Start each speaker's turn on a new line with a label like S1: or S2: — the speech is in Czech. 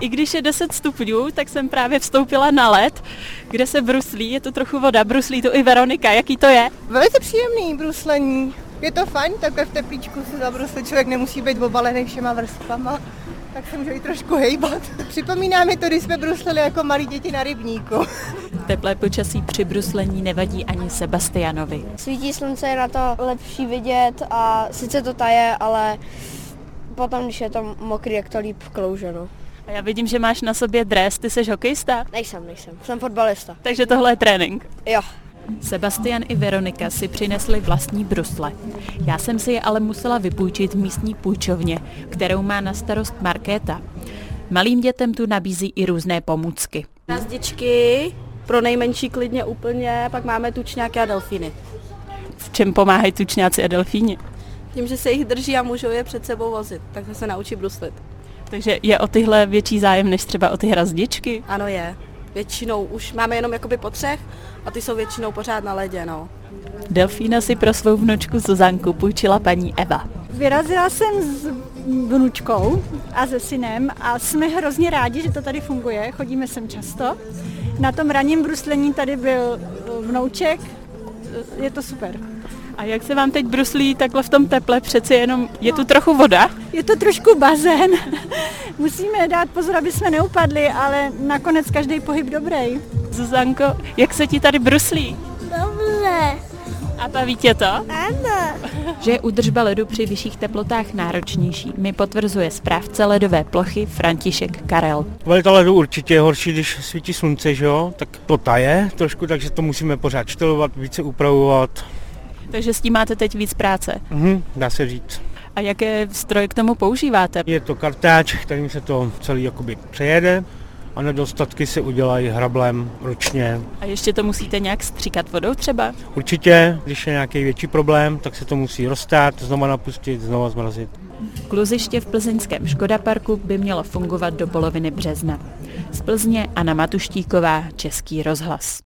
S1: I když je 10 stupňů, tak jsem právě vstoupila na led, kde se bruslí, je to trochu voda, bruslí to i Veronika, jaký to je?
S2: Velice příjemný bruslení. Je to fajn, takhle v teplíčku se zabrusle, člověk nemusí být obalený všema vrstvama, tak se může i trošku hejbat. Připomíná mi to, když jsme brusleli jako malí děti na rybníku.
S1: Teplé počasí při bruslení nevadí ani Sebastianovi.
S3: Svítí slunce, je na to lepší vidět a sice to taje, ale potom, když je to mokrý, jak to líp no. klouženo.
S1: A já vidím, že máš na sobě dres, ty seš hokejista,
S3: Nejsem, nejsem. Jsem fotbalista.
S1: takže tohle je trénink.
S3: Jo.
S1: Sebastian i Veronika si přinesli vlastní brusle. Já jsem si je ale musela vypůjčit v místní půjčovně, kterou má na starost Markéta. Malým dětem tu nabízí i různé pomůcky.
S4: Hrazdičky, pro nejmenší klidně úplně, pak máme tučňáky a delfíny.
S1: V čem pomáhají tučňáci a delfíni?
S4: Tím, že se jich drží a můžou je před sebou vozit, tak se naučí bruslit.
S1: Takže je o tyhle větší zájem než třeba o ty hrazdičky.
S4: Ano je. Většinou už máme jenom jakoby po třech a ty jsou většinou pořád na ledě, no.
S1: Delfína si pro svou vnučku Zuzanku půjčila paní Eva.
S5: Vyrazila jsem s vnučkou a se synem a jsme hrozně rádi, že to tady funguje, chodíme sem často. Na tom ranním bruslení tady byl eh, vnouček, je to super.
S1: A jak se vám teď bruslí takhle v tom teple? Přeci jenom je tu trochu voda.
S5: Je to trošku bazén, musíme dát pozor, aby jsme neupadli, ale nakonec každý pohyb dobrý.
S1: Zuzanko, jak se ti tady bruslí?
S3: Dobře.
S1: A baví tě to?
S3: Ano.
S1: Že je udržba ledu při vyšších teplotách náročnější, mi potvrzuje správce ledové plochy František Karel.
S6: Kvalita ledu určitě je horší, když svítí slunce, že jo? Tak to taje trošku, takže to musíme pořád štelovat, více upravovat.
S1: Takže s tím máte teď víc práce.
S6: Mhm, dá se říct.
S1: A jaké stroje k tomu používáte?
S6: Je to kartáč, kterým se to celý jakoby přejede a nedostatky se udělají hrablem ručně.
S1: A ještě to musíte nějak stříkat vodou třeba?
S6: Určitě, když je nějaký větší problém, tak se to musí roztát, znova napustit, znova zmrazit.
S1: Kluziště v plzeňském Škoda Parku by mělo fungovat do poloviny března. Z Plzně Anna Matuštíková, Český rozhlas.